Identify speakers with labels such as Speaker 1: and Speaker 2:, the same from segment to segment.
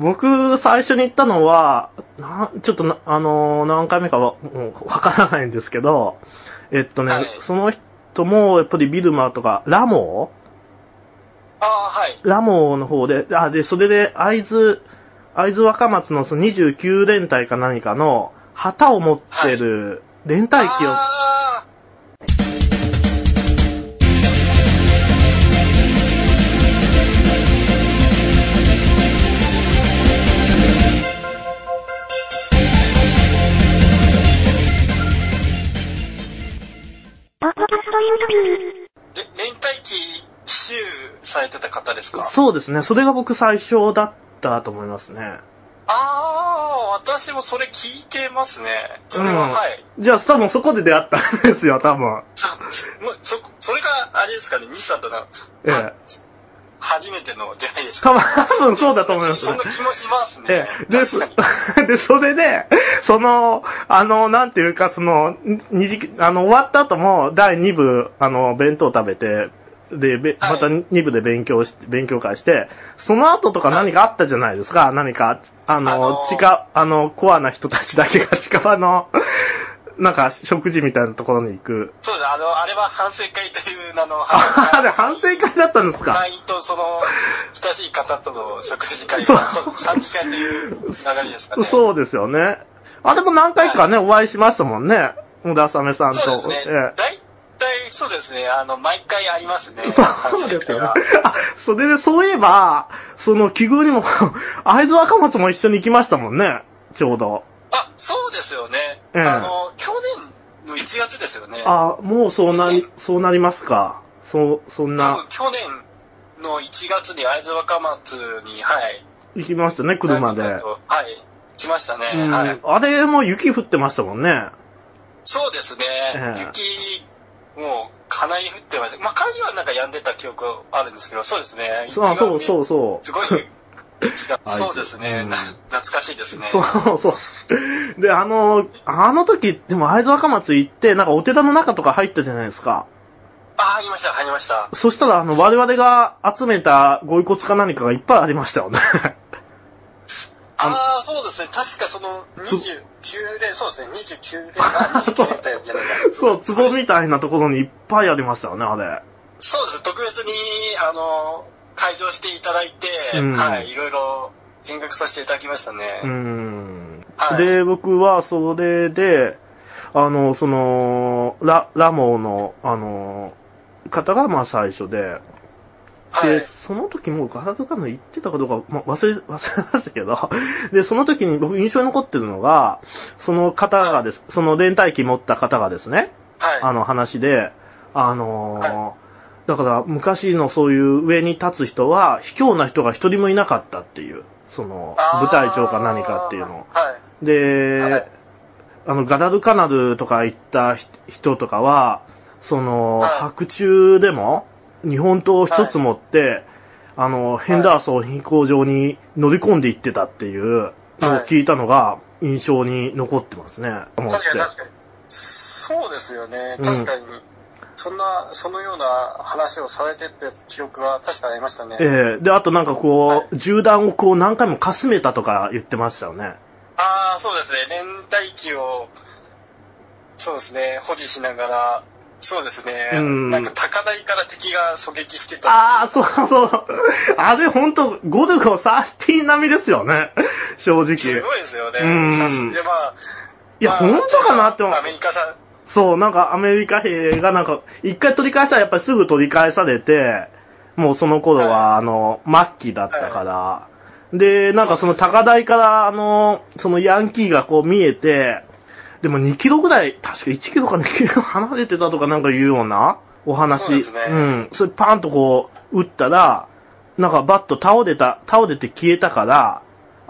Speaker 1: 僕、最初に行ったのは、なんちょっとな、あのー何回目かは、もう、わからないんですけど、えっとね、
Speaker 2: はい
Speaker 1: その人も、やっぱりビルマとか、ラモ
Speaker 2: ああ、はい。
Speaker 1: ーラモーの方で、あ、で、それで、会津、会津若松のその29連隊か何かの、旗を持ってる、連隊機を、
Speaker 2: あーで、連帯機刺繍されてた方ですか
Speaker 1: そうですね、それが僕最初だったと思いますね。
Speaker 2: ああ、私もそれ聞いてますね。それは、
Speaker 1: うん
Speaker 2: はい。
Speaker 1: じゃあ、多分そこで出会ったんですよ、多分。
Speaker 2: あもうそ、それが、あれですかね、西さんとの
Speaker 1: ええ。
Speaker 2: 初めての出会いですか
Speaker 1: 多分、そうだと思います
Speaker 2: そん
Speaker 1: ね
Speaker 2: な。気もしますね。
Speaker 1: ええ、で、
Speaker 2: 確
Speaker 1: そ
Speaker 2: かに。
Speaker 1: で、それで、その、あの、なんていうか、その、二次、あの、終わった後も、第2部、あの、弁当食べて、で、べ
Speaker 2: はい
Speaker 1: また2部で勉強し、勉強会して、その後とか何かあったじゃないですか、何か、あの、
Speaker 2: あのー
Speaker 1: 近、あの、コアな人たちだけが近場の、なんか、食事みたいなところに行く。
Speaker 2: そうです、あの、あれは反省会という名の、
Speaker 1: ああれ、反省会だったんですか
Speaker 2: 会員とその、親しい方との食事会、
Speaker 1: そ
Speaker 2: そうう、3次会という流れですかね。う。
Speaker 1: そうですよね。あれも何回かね、お会いしましたもんね。小田サメさんと。
Speaker 2: そうですね。
Speaker 1: ええ
Speaker 2: 大体、そうですね、あの、毎回ありますね。
Speaker 1: そうですよね
Speaker 2: 反省会は。
Speaker 1: あ、それで、そういえば、その、奇遇にも、 会津若松も一緒に行きましたもんね。ちょうど。
Speaker 2: あ、そうですよね。
Speaker 1: ええ
Speaker 2: あの、去年の1月ですよね。
Speaker 1: あ、もうそうなり、そうなりますか。そう、そん
Speaker 2: 多
Speaker 1: な
Speaker 2: 分、去年の1月に会津若松に、はい。
Speaker 1: 行きましたね、車で。
Speaker 2: はい。来ましたね。
Speaker 1: うん
Speaker 2: はい。
Speaker 1: あれも雪降ってましたもんね。
Speaker 2: そうですね。
Speaker 1: ええ
Speaker 2: 雪、もう、かなり降ってました。まあ、帰りはなんか止んでた記憶はあるんですけど、そうですね。。
Speaker 1: そう、あそうそううそう。
Speaker 2: すごい。
Speaker 1: あいつ
Speaker 2: そうですね。
Speaker 1: うん
Speaker 2: な懐かしいですね。
Speaker 1: そうそう。で、あの、あの時、でも会津若松行って、なんかお寺の中とか入ったじゃないですか。
Speaker 2: あ、入りました、入りました。
Speaker 1: そしたら、あの、我々が集めたご遺骨か何かがいっぱいありましたよね。
Speaker 2: ああ、そうですね。確かその、
Speaker 1: そ
Speaker 2: 29連、そうですね、29連、あ29連だよじゃない か。
Speaker 1: そう、壺みたいなところにいっぱいありましたよね、あれ。
Speaker 2: そうです。特別に、あの、会場していただいて、
Speaker 1: うん
Speaker 2: はい、いろいろ見学させていただきましたね。
Speaker 1: うーん。
Speaker 2: はい。
Speaker 1: で、僕はそれで、あの、その、ラ、ラモーの、あの、方がまあ最初で、
Speaker 2: は
Speaker 1: で、
Speaker 2: い、
Speaker 1: その時もうガラドカム行ってたかどうか、まあ、忘れ、忘れ ましたけど、で、その時に僕印象に残ってるのが、その方がです、その連帯機持った方がですね、
Speaker 2: は
Speaker 1: あ
Speaker 2: い。
Speaker 1: の話で、あのー
Speaker 2: は
Speaker 1: だから昔のそういう上に立つ人は、卑怯な人が一人もいなかったっていう、その、
Speaker 2: あー
Speaker 1: 舞台長か何かっていうの。
Speaker 2: はい。
Speaker 1: で、
Speaker 2: はい
Speaker 1: あの、ガダルカナルとか行ったひ人とかは、その、
Speaker 2: はい
Speaker 1: 白昼でも、日本刀を一つ持って、あの、ヘンダーソン飛行場に乗り込んで行ってたっていうのを聞いたのが印象に残ってますね。思って
Speaker 2: 確かに確かに。そうですよね。
Speaker 1: うん
Speaker 2: 確かに。そんな、そのような話をされてって記憶は確かにありましたね。
Speaker 1: ええで、あとなんかこ
Speaker 2: は
Speaker 1: う、銃弾をこう何回もかすめたとか言ってましたよね。
Speaker 2: ああ、そうですね。連帯機を、そうですね、保持しながら、そうですね。
Speaker 1: うん
Speaker 2: なんか高台から敵が狙撃してた。
Speaker 1: ああ、そうそう。あれほんと、ゴルゴ13並みですよね。正
Speaker 2: す
Speaker 1: 直。
Speaker 2: ごいですよね。
Speaker 1: うん
Speaker 2: さすでまあ、
Speaker 1: いや、
Speaker 2: まあ
Speaker 1: ほんとかなって思う
Speaker 2: ア。メリカさん、
Speaker 1: そう、なんかアメリカ兵がなんか、一回取り返したらやっぱりすぐ取り返されて、もうその頃は、あの、末期だったから、で、なんかその高台から、あの、そのヤンキーがこう見えて、でも2キロぐらい、確か1キロか2キロ離れてたとかなんかいうようなお話。
Speaker 2: そうですね
Speaker 1: ん。それパンとこう、撃ったら、なんかバッと倒れた、倒れて消えたから、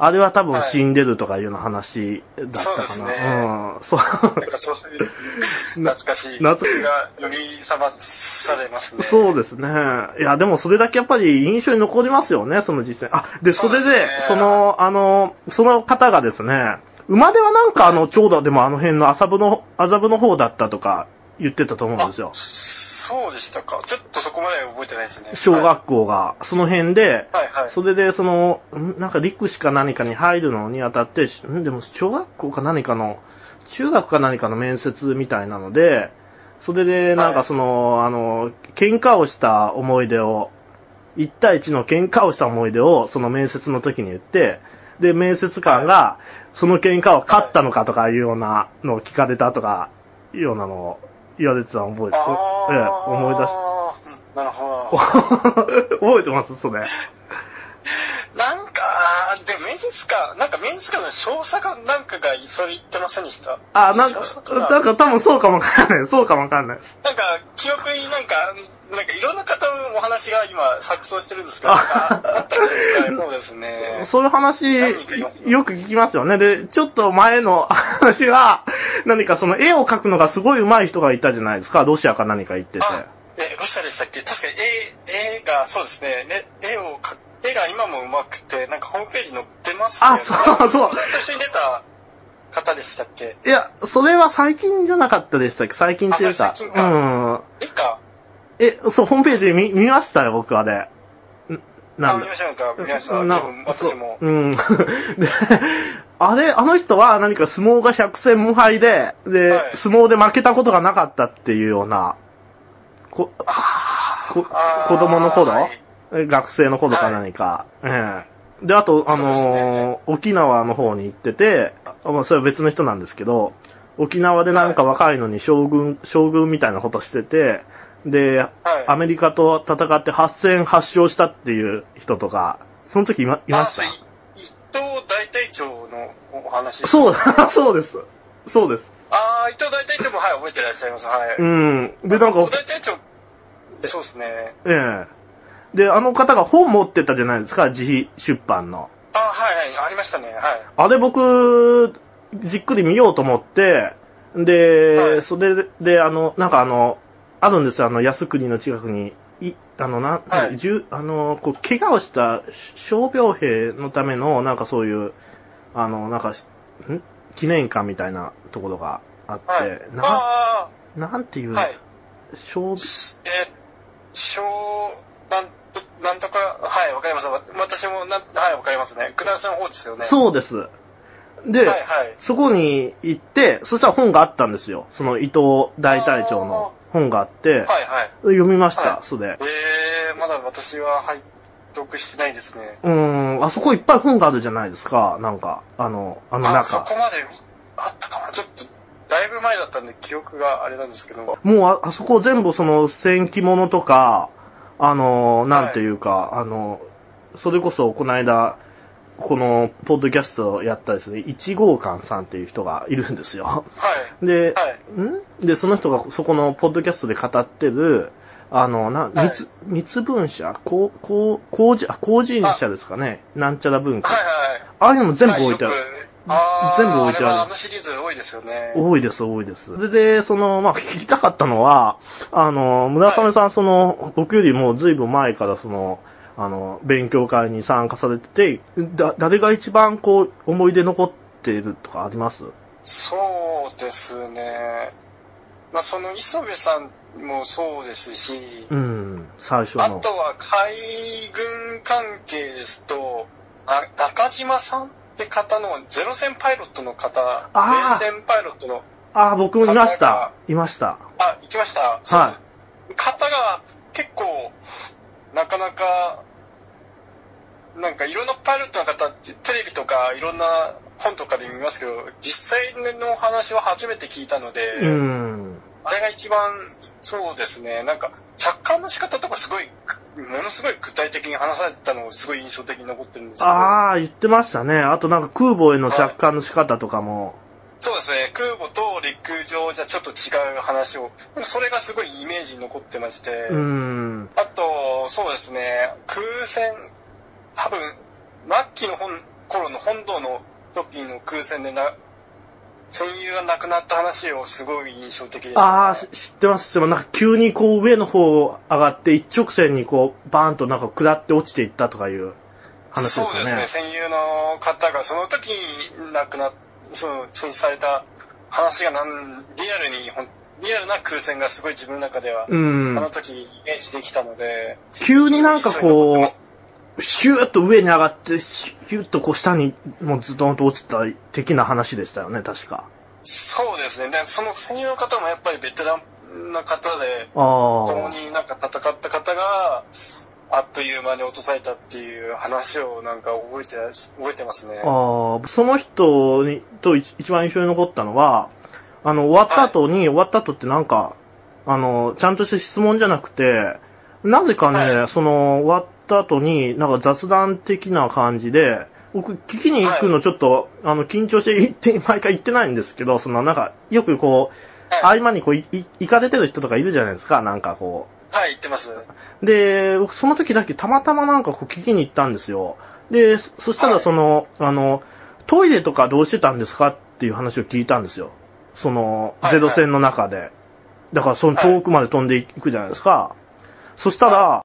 Speaker 1: あれは多分死んでるとかいうような話だったかな。
Speaker 2: はいそうですね
Speaker 1: うん。そう
Speaker 2: な。んかそういう、懐かしい。
Speaker 1: 懐かしい
Speaker 2: が呼び覚まされますね。
Speaker 1: そうですね。いや、でもそれだけやっぱり印象に残りますよね、その実践。あ、で、それ
Speaker 2: そうで
Speaker 1: で、
Speaker 2: すね
Speaker 1: その、あの、その方がですね、馬ではなんかあの、ちょうどでもあの辺の麻布の、麻布の方だったとか言ってたと思うんですよ。
Speaker 2: そうでしたか。ちょっとそこまでは覚えてないですね。
Speaker 1: 小
Speaker 2: はい
Speaker 1: 学校が、その辺で、
Speaker 2: はいはい。
Speaker 1: それで、その、んなんか陸士か何かに入るのにあたって、んでも小学校か何かの、中学か何かの面接みたいなので、それで、なん
Speaker 2: は
Speaker 1: か
Speaker 2: い
Speaker 1: その、あの、喧嘩をした思い出を、1対1の喧嘩をした思い出を、その面接の時に言って、で、面接官が、その喧嘩を勝ったのかとかいうようなのを聞かれたとか、いうようなのを言われてたのを覚えて、ええ
Speaker 2: あー
Speaker 1: 思い出し
Speaker 2: うんなるほど。
Speaker 1: て、 覚えてますそれ。
Speaker 2: なんか、あーでも面接官、なんか面接官の少佐かなんかがそれ言ってませんでした。
Speaker 1: あ、なんか
Speaker 2: 少佐、
Speaker 1: な
Speaker 2: なんんか、
Speaker 1: か多分そうかもわかんない。そうかもわかんないです。
Speaker 2: 記憶になんか、なんかいろんな方のお話が今錯綜してるんですけ ど、なんかあ
Speaker 1: あ
Speaker 2: ったみたいそうですね。
Speaker 1: そういう話、よく聞きますよね。で、ちょっと前の話は、 何かその絵を描くのがすごい上手い人がいたじゃないですか。ロシアか何か行ってて。
Speaker 2: あ、え、ロシアでしたっけ確かに絵、絵が、そうですね、ね絵をか、絵が今も上手くて、なんかホームページに載ってましたよ、
Speaker 1: あ、
Speaker 2: ね。
Speaker 1: そうそう。
Speaker 2: 最初に出た方でしたっけ
Speaker 1: いや、それは最近じゃなかったでしたっけ最近っていうか
Speaker 2: あそれ最近。
Speaker 1: うん。
Speaker 2: 絵か、
Speaker 1: え、そう、ホームページ見見ましたよ、僕あれ。んな
Speaker 2: あ、
Speaker 1: ん
Speaker 2: 見
Speaker 1: だ
Speaker 2: ましたか見ました。
Speaker 1: な
Speaker 2: 多分私も。
Speaker 1: うん。で、 あれ、あの人は何か相撲が100戦無敗で、で、
Speaker 2: はい
Speaker 1: 相撲で負けたことがなかったっていうような、ここ
Speaker 2: あー
Speaker 1: 子供の頃、
Speaker 2: はい
Speaker 1: 学生の頃か何か。ええで、あと、あのー
Speaker 2: そうですね
Speaker 1: 沖縄の方に行ってて、あまあ、それは別の人なんですけど、沖縄でなんか若いのに将軍、将軍みたいなことしてて、で、
Speaker 2: はい
Speaker 1: アメリカと戦って8戦8勝したっていう人とか、その時いまいま
Speaker 2: あ、
Speaker 1: し
Speaker 2: そう、
Speaker 1: た
Speaker 2: い一等大隊長のお話。う。
Speaker 1: そう だ、そうです。そうです。。
Speaker 2: あー、一等大隊長も、はい、覚えてらっしゃいます。はいう
Speaker 1: ん。で、なんか
Speaker 2: 一等、大隊長、そうですね。
Speaker 1: ええで、あの方が本持ってたじゃないですか、自費出版の。
Speaker 2: あー、はいはい、ありましたね。はい。
Speaker 1: あれ僕、じっくり見ようと思って、で、
Speaker 2: はい
Speaker 1: それで、あの、なんかあの、あるんですよ、あの、安国の近くに、い、あの、な、
Speaker 2: はい
Speaker 1: じゅあの、こう、怪我をした傷病兵のための、なんかそういう、あの、なんか、ん記念館みたいなところがあって、
Speaker 2: はい。
Speaker 1: な、
Speaker 2: あ
Speaker 1: なんていう、
Speaker 2: ー、はい。
Speaker 1: 傷病
Speaker 2: え、小、なんと、なんとか、はい、わかります。わ私も、なん、はい、わかりますね。くだらさんの方ですよね。
Speaker 1: そうです。
Speaker 2: う
Speaker 1: で、
Speaker 2: はい、はい。
Speaker 1: そこに行って、そしたら本があったんですよ。その伊藤大隊長の本があって、
Speaker 2: はい、はい。
Speaker 1: 読みました、
Speaker 2: はい
Speaker 1: それ。
Speaker 2: えー、まだ私は、はい、読してないですね。
Speaker 1: うーん、あそこいっぱい本があるじゃないですか、なんか、あの、あの
Speaker 2: あ、そ
Speaker 1: 中。
Speaker 2: こまであったかなちょっと、だいぶ前だったんで記憶があれなんですけども。
Speaker 1: もうあ、あそこ全部その戦記物とか、あの、なんていうか、あの、それこそこの間、この、ポッドキャストをやったですね、1号館さんっていう人がいるんですよ。
Speaker 2: はい。
Speaker 1: で、
Speaker 2: はい。
Speaker 1: んで、その人がそこのポッドキャストで語ってる、あの、な、
Speaker 2: はい
Speaker 1: 密、密分社こう、こう、工事、あ、工事社ですかね。なんちゃら文化。
Speaker 2: はい
Speaker 1: あ
Speaker 2: は
Speaker 1: あ
Speaker 2: い。
Speaker 1: いうのも全部置いてあ
Speaker 2: は
Speaker 1: る。
Speaker 2: よくあー
Speaker 1: 全部置いてある
Speaker 2: れはあのシリーズ多いですよね。
Speaker 1: 多いです、多いです。で、でその、まあ、聞きたかったのは、あの、村雨さん、その、僕よりも随分前から、その、あの、勉強会に参加されてて、だ、誰が一番こう、思い出残ってるとかあります
Speaker 2: そうですね。まあ、その磯部さんもそうですし、
Speaker 1: うん、最初
Speaker 2: あ
Speaker 1: の
Speaker 2: と。は海軍関係ですと、あ中島さんって方のゼロ戦パイロットの方、
Speaker 1: あー
Speaker 2: 零戦パイロットの、
Speaker 1: ああ、僕もいまし
Speaker 2: 考えが
Speaker 1: た。いました。
Speaker 2: あ、行きました。そう
Speaker 1: はい。
Speaker 2: 方が結構、なかなか、なんかいろんなパイロットの方ってテレビとかいろんな本とかで見ますけど、実際のお話は初めて聞いたので、
Speaker 1: うん。
Speaker 2: あれが一番そうですね、なんか着艦の仕方とかすごい、ものすごい具体的に話されてたのをすごい印象的に残ってるんですけど、
Speaker 1: ああ、言ってましたね。あとなんか空母への着艦の仕方とかも。
Speaker 2: そうですね、空母と陸上じゃちょっと違う話を、でもそれがすごいイメージに残ってまして、
Speaker 1: うーん。
Speaker 2: あと、そうですね、空戦、多分、末期の本頃の本堂の時の空戦でな、戦友が亡くなった話をすごい印象的です、
Speaker 1: ああ、し知ってます、知ってます。なんか急にこう上の方上がって一直線にこうバーンとなんか下って落ちていったとかいう話です
Speaker 2: そう
Speaker 1: よ
Speaker 2: ですね、
Speaker 1: ね。
Speaker 2: 戦友の方がその時に亡くな、その、戦死された話がなん、リアルにほんリアルな空戦がすごい自分の中では、
Speaker 1: う
Speaker 2: あ
Speaker 1: ん
Speaker 2: の。時イメージできたので、
Speaker 1: 急になんかこう、シューッと上に上がって、シューッとこう下にもうズドンと落ちた的な話でしたよね、確か。
Speaker 2: そうですね。で、その戦友の方もやっぱりベテランな方で、
Speaker 1: あ
Speaker 2: 共
Speaker 1: あ。
Speaker 2: になんか戦った方が、あっという間に落とされたっていう話をなんか覚えて、覚えてますね。
Speaker 1: ああ、その人に、と一一番印象に残ったのは、あの、終わった後に、終わった後ってなんか、あの、ちゃんとした質問じゃなくて、なぜかね、
Speaker 2: は
Speaker 1: その、終わった後に、なんか雑談的な感じで、僕、聞きに行くのちょっと、あの、緊張して行って、 毎回行ってないんですけど、その、なんか、よくこう、
Speaker 2: はい、
Speaker 1: 合間にこう、いい行かれてる人とかいるじゃないですか、なんかこう。
Speaker 2: はい、言ってます。
Speaker 1: で、僕その時だけたまたまなんかこう聞きに行ったんですよ。で、そそした
Speaker 2: は
Speaker 1: ら
Speaker 2: い
Speaker 1: その、あの、トイレとかどうしてたんですかっていう話を聞いたんですよ。その
Speaker 2: は、いは
Speaker 1: ゼ
Speaker 2: い
Speaker 1: ロ戦の中で。だからその遠くまで飛んでいくじゃないですか。そしたら、